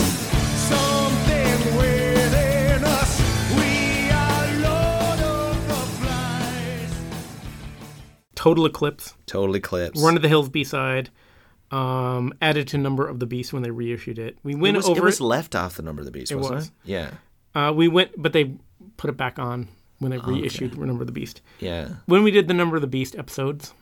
something within us. We are Lord of the Flies.
Total Eclipse,
Totally clips.
Run to the Hills B side, um, added to number of the beast when they reissued it. We
it
went
was, it
over
was left off the number of the beast, wasn't it?
was.
Yeah,
Uh, we went, but they put it back on when they reissued Number of the Beast.
yeah.
When we did the Number of the Beast episodes,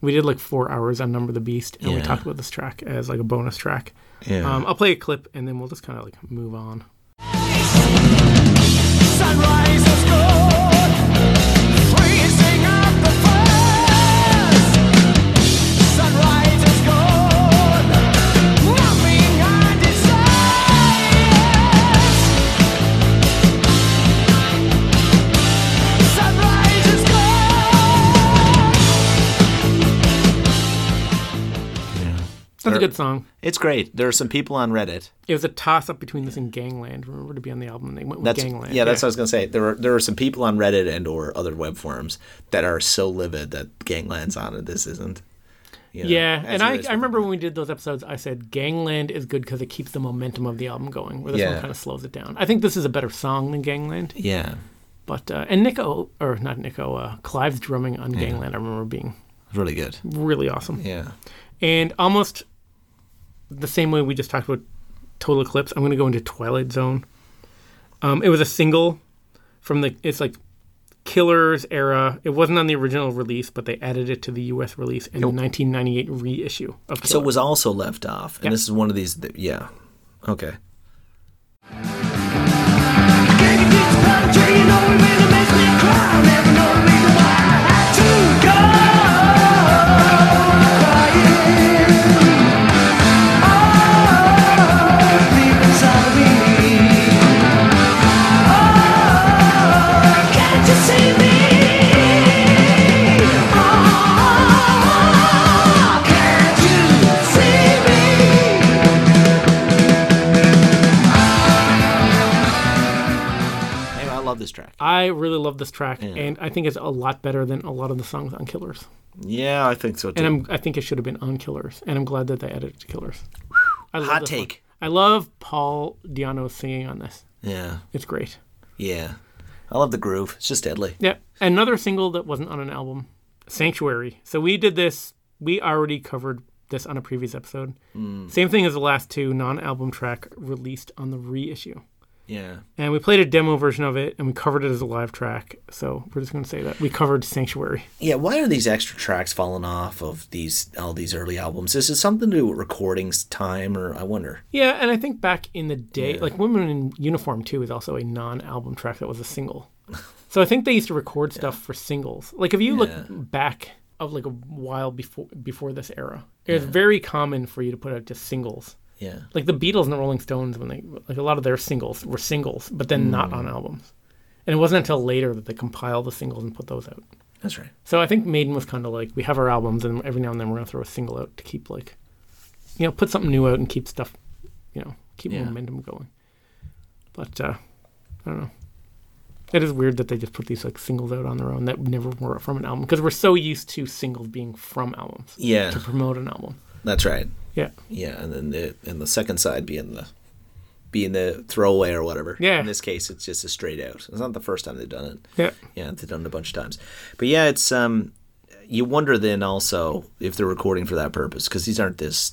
we did like four hours on Number of the Beast, and we
Yeah.
talked about this track as like a bonus track.
Yeah.
Um, I'll play a clip, and then we'll just kind of like move on.
Sunrise is gone, freezing up the past. Sunrise is gone, numbing our desires. Sunrise is gone.
That's a
Sure.
good song.
It's great. There are some people on Reddit.
It was a toss up between this and Gangland. Remember to be on the album, and they went with
That's
Gangland.
yeah. That's what I was gonna say. There are there are some people on Reddit and or other web forums that are so livid that Gangland's on it. This isn't. you know,
Yeah,
as
and
it
I,
is
I
with-
remember when we did those episodes, I said Gangland is good because it keeps the momentum of the album going, where this one
Yeah.
kind of slows it down. I think this is a better song than Gangland.
Yeah,
But uh, and Nico or not Nico, uh, Clive's drumming on Gangland, I remember being
really good.
really awesome.
Yeah,
And almost the same way we just talked about Total Eclipse, I'm going to go into Twilight Zone. Um, it was a single from the it's like Killers era. It wasn't on the original release, but they added it to the U.S. release in the 1998 reissue of
So
Killers.
it was also left off, and
Yeah.
this is one of these. That, yeah, okay.
Ah,
See me?
Anyway, I love this track.
I really love this track, and I think it's a lot better than a lot of the songs on Killers.
Yeah, I think so too.
And I'm, I think it should have been on Killers, and I'm glad that they added it to Killers. I love
Hot
this one.
take.
I love Paul Diano singing on this.
yeah,
It's great.
yeah. I love the groove. It's just deadly.
Yeah, another single that wasn't on an album, Sanctuary. So we did this. We already covered this on a previous episode. Same thing as the last two non-album track released on the reissue.
Yeah.
And we played a demo version of it, and we covered it as a live track. So we're just going to say that we covered Sanctuary.
Yeah, why are these extra tracks falling off of these all these early albums? Is it something to do with recordings time, or I wonder?
Yeah, and I think back in the day, like Women in Uniform 2 is also a non album track that was a single. So I think they used to record stuff for singles. Like if you look back of like a while before before this era, it was very common for you to put out just singles.
Yeah,
Like the Beatles and the Rolling Stones when they like a lot of their singles were singles, but then not on albums. And it wasn't until later that they compiled the singles and put those out.
that's right.
So I think Maiden was kind of like we have our albums, and every now and then we're gonna throw a single out to keep like, you know, put something new out and keep stuff, you know, keep
Yeah.
momentum going. But uh, I don't know. It is weird that they just put these like singles out on their own that never were from an album because we're so used to singles being from albums
Yeah,
to promote an album.
that's right.
Yeah,
Yeah, and then the and the second side being the being the throwaway or whatever.
Yeah.
In this case, it's just a straight out. It's not the first time they've done it.
yeah,
Yeah, they've done it a bunch of times. But yeah, it's um, you wonder then also if they're recording for that purpose because these aren't this,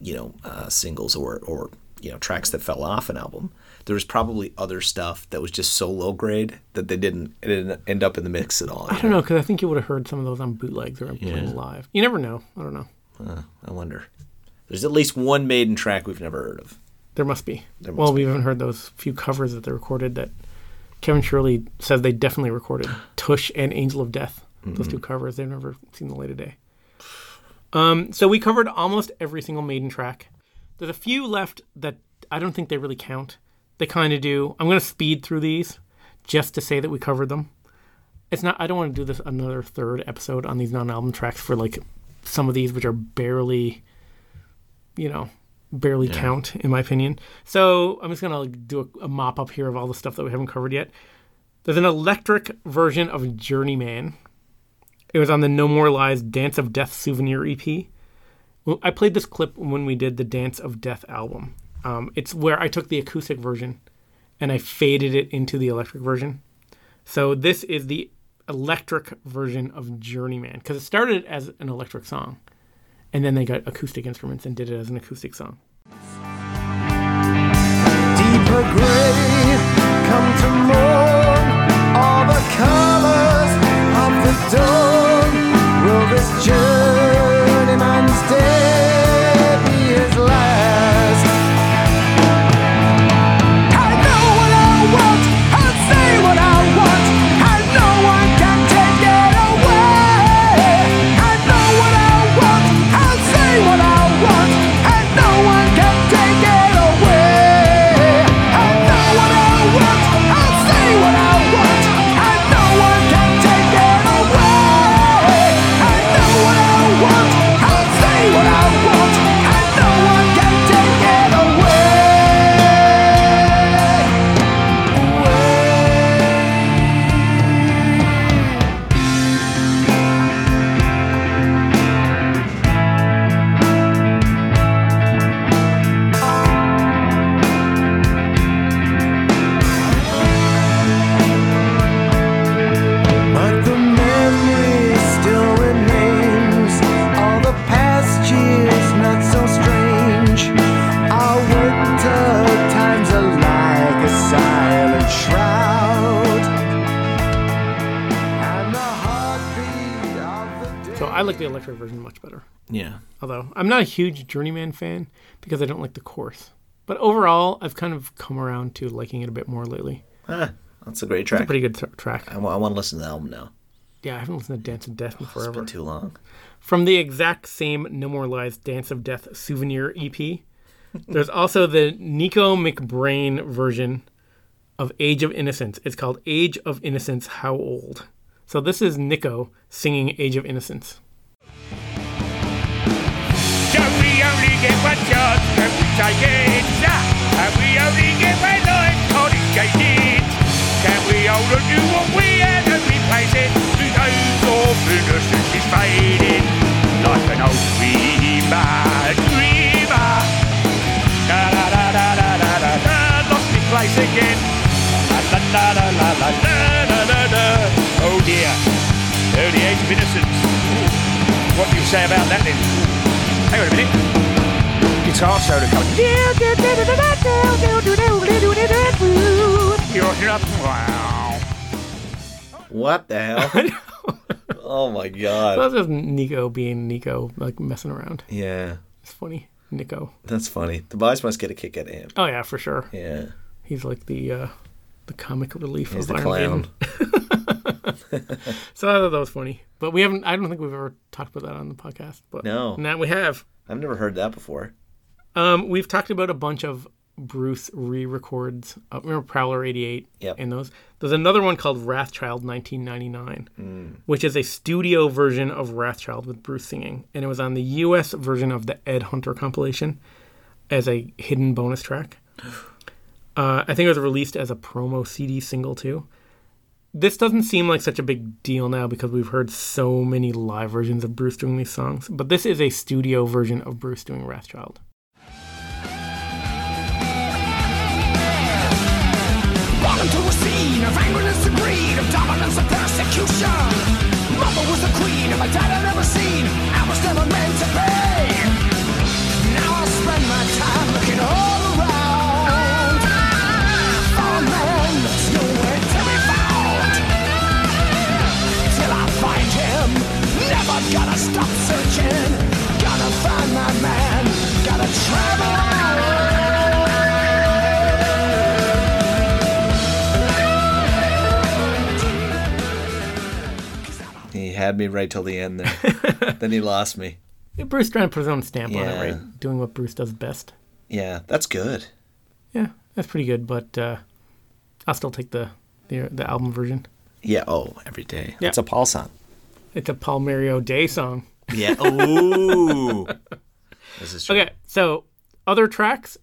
you know, uh, singles or or you know tracks that fell off an album. There was probably other stuff that was just so low grade that they didn't it didn't end up in the mix at all.
I don't know because I think you would have heard some of those on bootlegs or on playing live. You never know. I don't know.
I wonder. There's at least one Maiden track we've never heard of.
There must be.
must
well, we haven't heard those few covers that they recorded that Kevin Shirley says they definitely recorded Tush and Angel of Death. Those two covers, they've never seen the light of day. Um, so we covered almost every single Maiden track. There's a few left that I don't think they really count. They kind of do. I'm going to speed through these just to say that we covered them. It's not. I don't want to do this another third episode on these non-album tracks for like some of these which are barely, you know, barely count, in my opinion. So I'm just gonna like, do a, a mop up here of all the stuff that we haven't covered yet. There's an electric version of Journeyman. It was on the No More Lies Dance of Death souvenir EP. Well, I played this clip when we did the Dance of Death album. Um, it's where I took the acoustic version and I faded it into the electric version. So this is the electric version of Journeyman because it started as an electric song, and then they got acoustic instruments and did it as an acoustic song.
deeper gray come to mourn all the colors of the dawn. Will this journeyman's day be his last? I know what I want. I'll say what I want. I know one can take it away. I know what I want. I'll say what I want. I know one can take it away. I know what I want. I'll say what I want. I know one can take it away. I know what I want. I'll say what I want. I know one can take it away. But the memory still remains. All the past years, not so strange. Our winter times are like a silent shroud. And the heartbeat of the day.
So I like the electric version much better.
Yeah.
Although I'm not a huge Journeyman fan because I don't like the chorus. But overall, I've kind of come around to liking it a bit more lately.
Ah, that's a great track.
Pretty good t- track.
I, wa- I want to listen to the album now.
Yeah, I haven't listened to Dance of Death in
It's
forever.
been too long.
From the exact same No More Lies Dance of Death souvenir EP, there's also the Nico McBrain version of Age of Innocence. It's called Age of Innocence How Old? So this is Nico singing Age of Innocence.
Don't we only get one shot? Can we take it? Nah. And we only get one life? Can't escape it. Can we all do what we had and replace it? To those of innocence is fading. Like an old dreamer, dreamer. Da da da da da da da da. Lost me place again. La la la la la la la la la. Oh dear. Oh the age of innocence. What do you say about that then? Hang on a minute. Guitar solo coming. You're up. Wow.
What the hell? oh my god.
That's just Nico being Nico, like messing around.
Yeah.
It's funny. Nico.
That's funny. The boys must get a kick out of him.
Oh yeah, for sure.
Yeah.
He's like the uh, the comic relief
He's
of
the
Iron
clown.
Maiden. So I thought that was funny, but we haven't. I don't think we've ever talked about that on the podcast. But
No.
now we have.
I've never heard that before.
Um, we've talked about a bunch of Bruce re-records. Uh, remember Prowler '88
Yep.
and those. There's another one called Wrathchild 1999, which is a studio version of Wrathchild with Bruce singing, and it was on the U.S. version of the Ed Hunter compilation as a hidden bonus track. Uh, I think it was released as a promo CD single too. This doesn't seem like such a big deal now because we've heard so many live versions of Bruce doing these songs, but this is a studio version of Bruce doing Wrathchild.
Born into a scene of angriness and greed, of dominance and persecution. Mother was the queen of a dad I'd never seen. I was never meant to be. Now I spend my time looking all around. For man, there's nowhere to be found. Till I find him, never gonna stop searching. Gotta find my man, gotta travel
He had me right till the end there. then he lost me.
Bruce trying to put his own stamp on
Yeah.
it, right? Doing what Bruce does best.
Yeah, that's good.
Yeah, that's pretty good. But uh, I'll still take the, the the album version.
Yeah. Oh, every day.
Yeah.
It's a Paul song.
It's a Palmerio Day song.
Yeah. Ooh. this is true.
Okay, so Other tracks,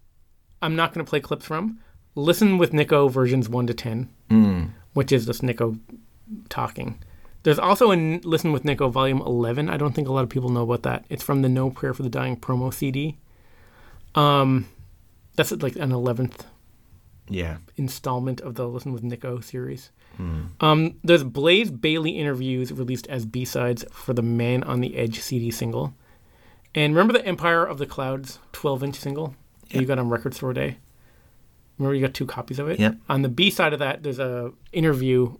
I'm not going to play clips from. Listen with Nico versions 1 to 10, which is just Nico talking. There's also a N- Listen with Nico volume 11. I don't think a lot of people know about that. It's from the No Prayer for the Dying promo CD. Um, that's like an 11th
Yeah.
installment of the Listen with Nico series.
Hmm.
Um, there's Blaze Bailey interviews released as B sides for the Man on the Edge CD single, and remember the Empire of the Clouds 12 inch single that you got on Record Store Day. Remember you got two copies of it.
Yeah.
On the B side of that, there's a interview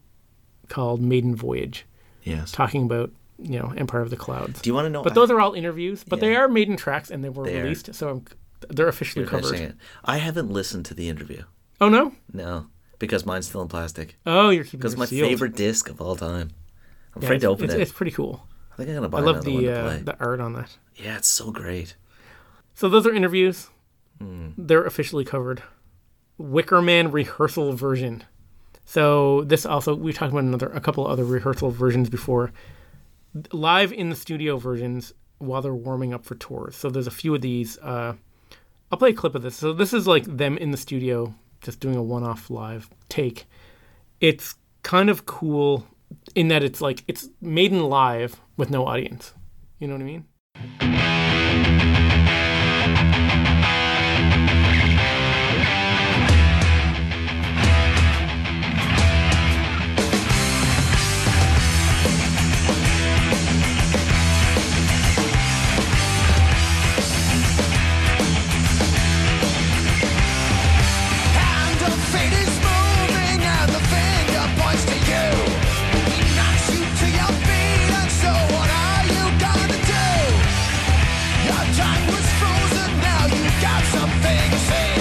called Maiden Voyage
Yes.
talking about you know Empire of the Clouds.
Do you want to know?
but those are all interviews, but they
Yeah.
are Maiden tracks and they were
They are.
released, so I'm, they're officially
You're finishing
covered.
it. I haven't listened to the interview.
Oh no!
No, because mine's still in plastic.
Oh, you're keeping
Because
it
my
sealed.
favorite disc of all time. I'm
Yeah,
afraid to
it's-
open
it's,
it.
It's pretty cool.
I think I'm gonna buy
I love
another one
the
to
uh,
play.
the art on that.
Yeah, it's so great.
So those are interviews. They're officially covered. Wickerman rehearsal version. So this also we talked about another a couple other rehearsal versions before. Live in the studio versions while they're warming up for tours. So there's a few of these. Uh, I'll play a clip of this. So this is like them in the studio just doing a one-off live take. It's kind of cool in that it's like it's Maiden live with no audience. You know what I mean?
And the fate is moving and the finger points to you. He knocks you to your feet, and so what are you gonna do? Your time was frozen, now you've got something to say.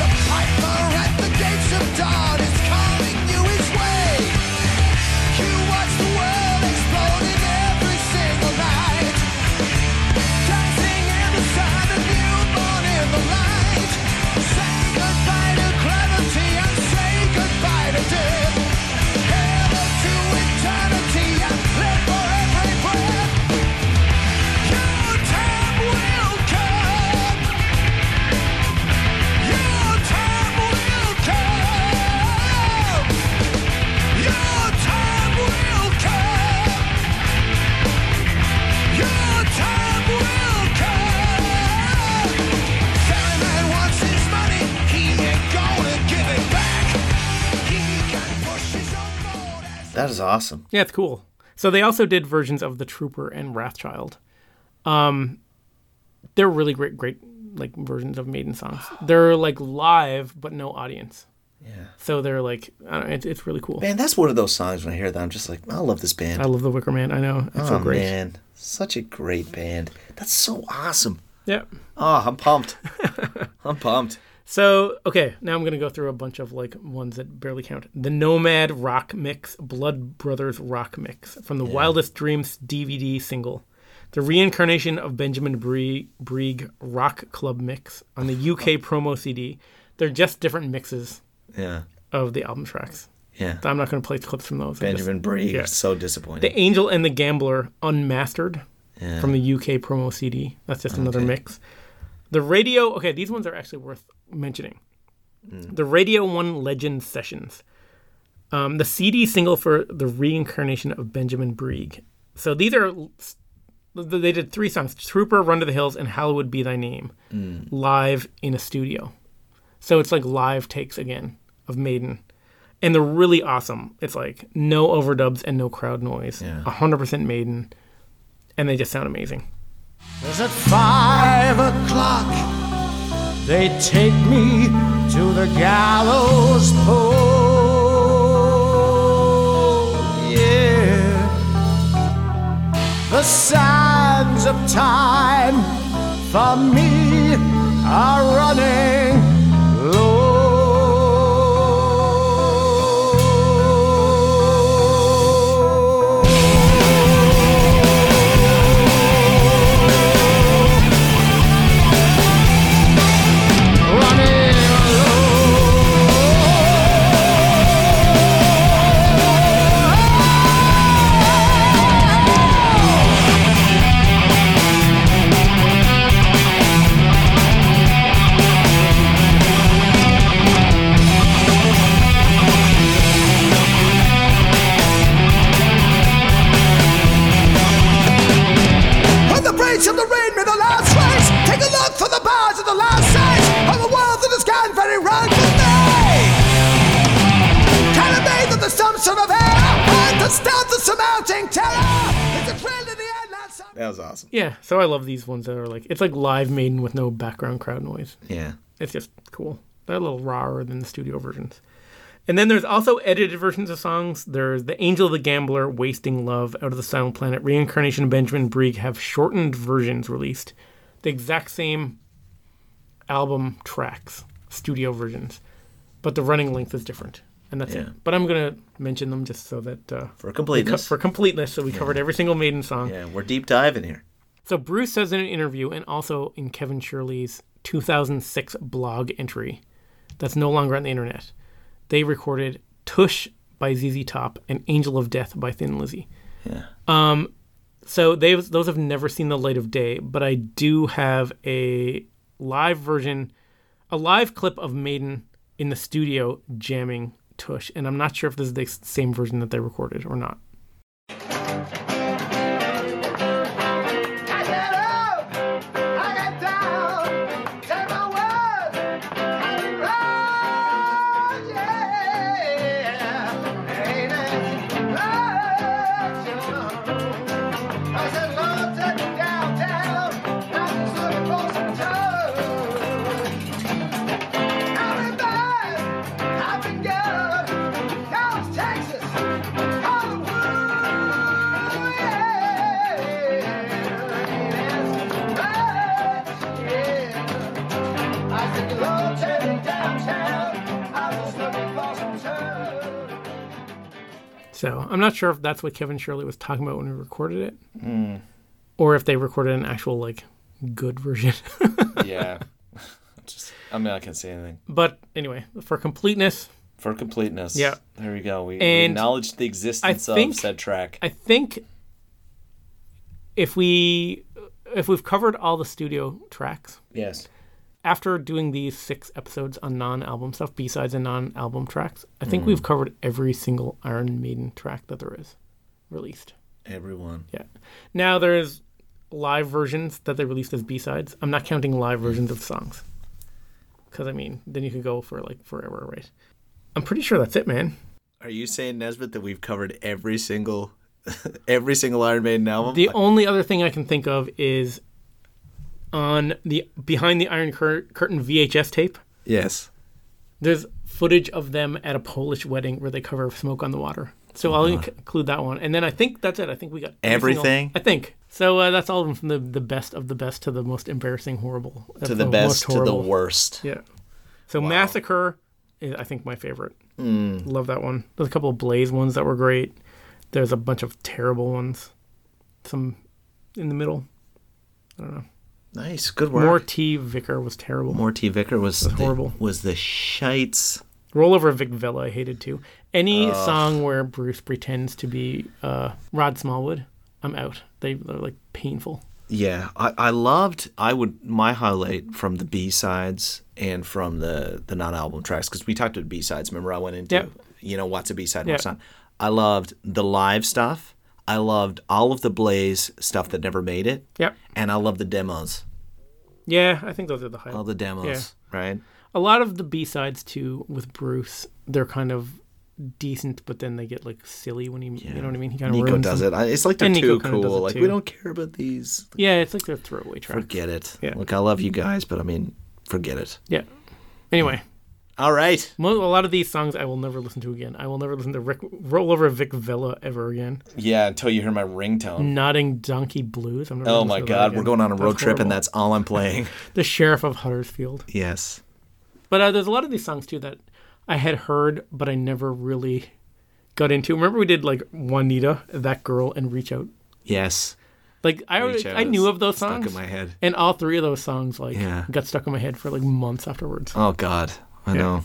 The piper at the gates of dawn is calling you his way. You watch the world explode in every single night. Dancing in the sun, a newborn in the light. Say goodbye to gravity and say goodbye to death. Hello to eternity and live for every breath. Your time will come. Your time will come. Your time will come. Your time will come. Fahrenheit wants his money. He ain't gonna give it back. He can push his own boat as
That is awesome.
Yeah, it's cool. So they also did versions of the Trooper and Wrathchild. Um, they're really great, great like versions of Maiden songs. They're like live but no audience. Yeah. So they're like, I don't know, it's it's really cool.
Man, that's one of those songs when I hear that I'm just like, I love this band.
I love the Wicker Man. I know it's so
oh
great.
man, such a great band. That's so awesome.
Yeah.
Oh, I'm pumped. I'm pumped.
So okay, now I'm gonna go through a bunch of like ones that barely count. The Nomad Rock Mix, Blood Brothers Rock Mix from the Wildest Dreams DVD single, the reincarnation of Benjamin Bree- Brieg Rock Club Mix on the UK promo CD. They're just different mixes
Yeah,
of the album tracks.
yeah.
I'm not gonna play clips from those. I'm just-
Benjamin Bree,
yeah.
so disappointed.
the Angel and the Gambler Unmastered
Yeah.
from the UK promo CD. That's just another mix. The Radio, okay, these ones are actually worth mentioning. The Radio 1 Legend Sessions. Um, the CD single for the reincarnation of Benjamin Brieg. So these are, they did three songs Trooper, Run to the Hills, and Hallowed Be Thy Name, live in a studio. So it's like live takes again of Maiden and they're really awesome. It's like no overdubs and no crowd noise.
Yeah.
100% Maiden, and they just sound amazing.
Is at five o'clock they take me to the gallows pole. Yeah, the sands of time for me are running low.
Your
That was awesome.
Yeah, so I love these ones that are like it's like live Maiden with no background crowd noise.
Yeah.
It's just cool. They're a little rawer than the studio versions. And then there's also edited versions of songs. There's The Angel of the Gambler, Wasting Love, Out of the Silent Planet, Reincarnation of Benjamin Brieg have shortened versions released. The exact same album tracks, studio versions. But the running length is different. And that's
Yeah.
it. But I'm going to mention them just so that uh,
For completeness.
for completeness. So we covered every single Maiden song.
yeah, we're deep diving here.
So Bruce says in an interview and also in Kevin Shirley's 2006 blog entry that's no longer on the internet, they recorded Tush by ZZ Top and Angel of Death by Thin Lizzy. Um,
Yeah.
So they those have never seen the light of day, but I do have a live version, a live clip of Maiden in the studio jamming Tush, and I'm not sure if this is the same version that they recorded or not.
I get up, I get down, take my word, and run, yeah. Ain't it love? I said, Lord, take me downtown, I'm just looking for some joy. I've been bad, I've been good, Dallas, Texas, Hollywood.
So I'm not sure if that's what Kevin Shirley was talking about when we recorded it, or if they recorded an actual like good version.
Yeah. Just, I mean, I can't say anything.
but anyway, for completeness,
For completeness.
Yeah.
There we go. We, we
And
acknowledge the existence
think-
of said track.
I think if we if we've covered all the studio tracks
yes.
after doing these six episodes on non-album stuff, b-sides and non-album tracks, I think we've covered every single Iron Maiden track that there is released.
Everyone.
Yeah. Now there's live versions that they released as B sides. I'm not counting live versions of songs. Because, I mean, then you could go for like forever, right? I'm pretty sure that's it, man.
Are you saying, Nesbitt, that we've covered every single every single Iron Maiden album?
The only other thing I can think of is on the Behind the Iron Cur- Curtain VHS tape,
yes.
there's footage of them at a Polish wedding where they cover Smoke on the Water. So I'll inc- include that one. And then I think that's it. I think we got every single-
Uh-huh. Everything?
I think. So uh, that's all of them from the, the best of the best to the most embarrassing, horrible. uh,
To the best, to the worst.
Oh, Yeah. So Massacre is, I think, my favorite.
Hmm.
Love that one. There's a couple of Blaze ones that were great. There's a bunch of terrible ones. Some in the middle.
Nice. Good work.
More T. Vicker was terrible.
More T. Vicker was the,
horrible.
Was the shites.
Rollover Vic Vella I hated too. Any song where Bruce pretends to be uh, Rod Smallwood, I'm out. They, they're like painful.
Yeah, I, I loved. I would my highlight from the B sides and from the the non album tracks because we talked about B sides. Remember, I went into
Yep.
you know what's a B side,
Yeah.
what's not. I loved the live stuff. I loved all of the Blaze stuff that never made it.
Yep.
And I love the demos.
Yeah, I think those are the
All
highlights.
the demos, right?
a lot of the B sides too with Bruce, they're kind of decent, but then they get like silly when he, you know what I mean? He kind of
Nico
ruins
does
them.
it. I, it's like they're
And Nico
too
kinda does
cool.
it
Like
too.
we don't care about these.
Yeah, it's like their throwaway track.
Forget it.
Yeah.
Look, I love you guys, but I mean, forget it.
Yeah. Anyway,
All right.
mo- a lot of these songs I will never listen to again. I will never listen to Rick Rollover Vic Villa ever again.
Yeah, until you hear my
Mm.
ringtone.
Nodding Donkey Blues. I'm never
Oh
gonna
my
listen to that
God, we're
again.
going on a
That's
road trip, and
horrible.
that's all I'm playing.
the Sheriff of Huddersfield.
yes.
But uh, there's a lot of these songs too that I had heard, but I never really got into. Remember we did like Juanita, That Girl, and Reach Out.
Yes.
Like I, already,
Reach Out
I knew
is
of those
stuck
songs.
in my head.
And all three of those songs like
Yeah.
got stuck in my head for like months afterwards.
Oh God, I know.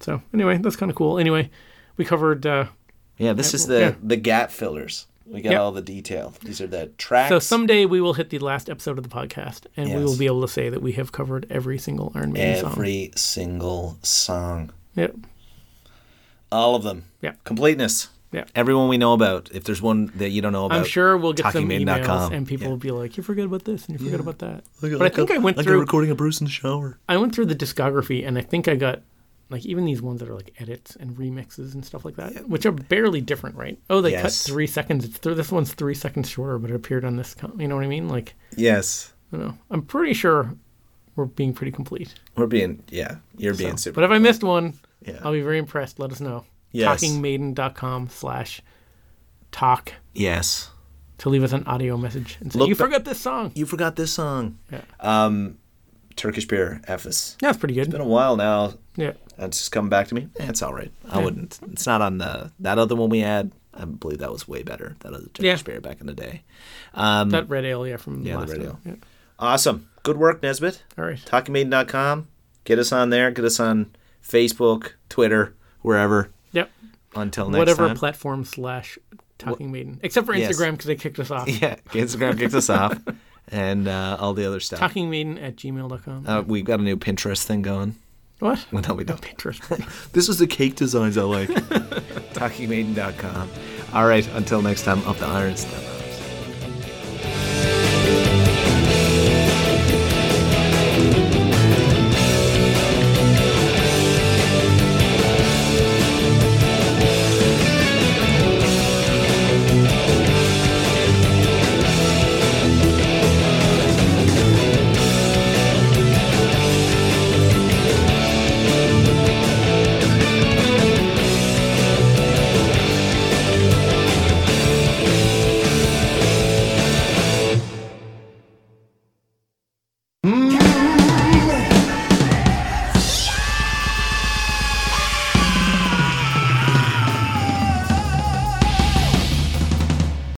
So anyway, that's kind of cool. Anyway, we covered uh,
Yeah, this is the
Yeah.
the gap fillers. We got
Yep.
all the detail. These are the tracks.
So someday we will hit the last episode of the podcast, and we will
Yes.
be able to say that we have covered every single Iron Maiden song.
every single song,
Yep.
all of them.
Yeah.
Completeness.
Yeah.
Everyone we know about. If there's one that you don't know about,
I'm sure we'll get some emails,
talkingmaiden.com.
and people
Yeah.
will be like, "You forgot about this, and you forgot about that." but I think I went
like a
through.
recording of Bruce in the shower.
I went through the discography, and I think I got Like even these ones that are like edits and remixes and stuff like that, which are barely different, right? Oh, they cut
Yes.
three seconds. It's th- this one's three seconds shorter, but it appeared on this. Com- you know what I mean? Like,
Yes.
I don't know. I'm pretty sure we're being pretty complete.
We're being yeah, you're being super.
But if I missed one,
Yeah.
I'll be very impressed. Let us know.
Yes.
Talkingmaiden.com slash talk
yes.
to leave us an audio message and say,
Look
you
ba-
forgot this song.
You forgot this song.
Yeah.
Um Turkish beer Ephes.
That's pretty good.
Been a while now.
Yeah.
It's just coming back to me. Eh, it's all right. I wouldn't. It's not on the that other one we had. I believe that was way better. That other Turkish
Yeah.
beer back in the day.
that red ale, yeah, from
Um, Yeah,
last
the radio.
time. Yeah.
Awesome. Good work, Nesbitt.
All right.
Talkingmaiden.com. Get us on there. Get us on Facebook, Twitter, wherever.
Yep.
Until next
Whatever
time.
platform slash Talking Maiden. Except for
Yes.
Instagram because they kicked us off.
yeah, Instagram kicks us off, and uh, all the other stuff.
Talking Maiden at gmail.com.
Uh, we've got a new Pinterest thing going.
what?
Well, no, we don't.
Pinterest.
This is the cake designs I like. TalkingMaiden.com. All right, until next time, up the iron stuff.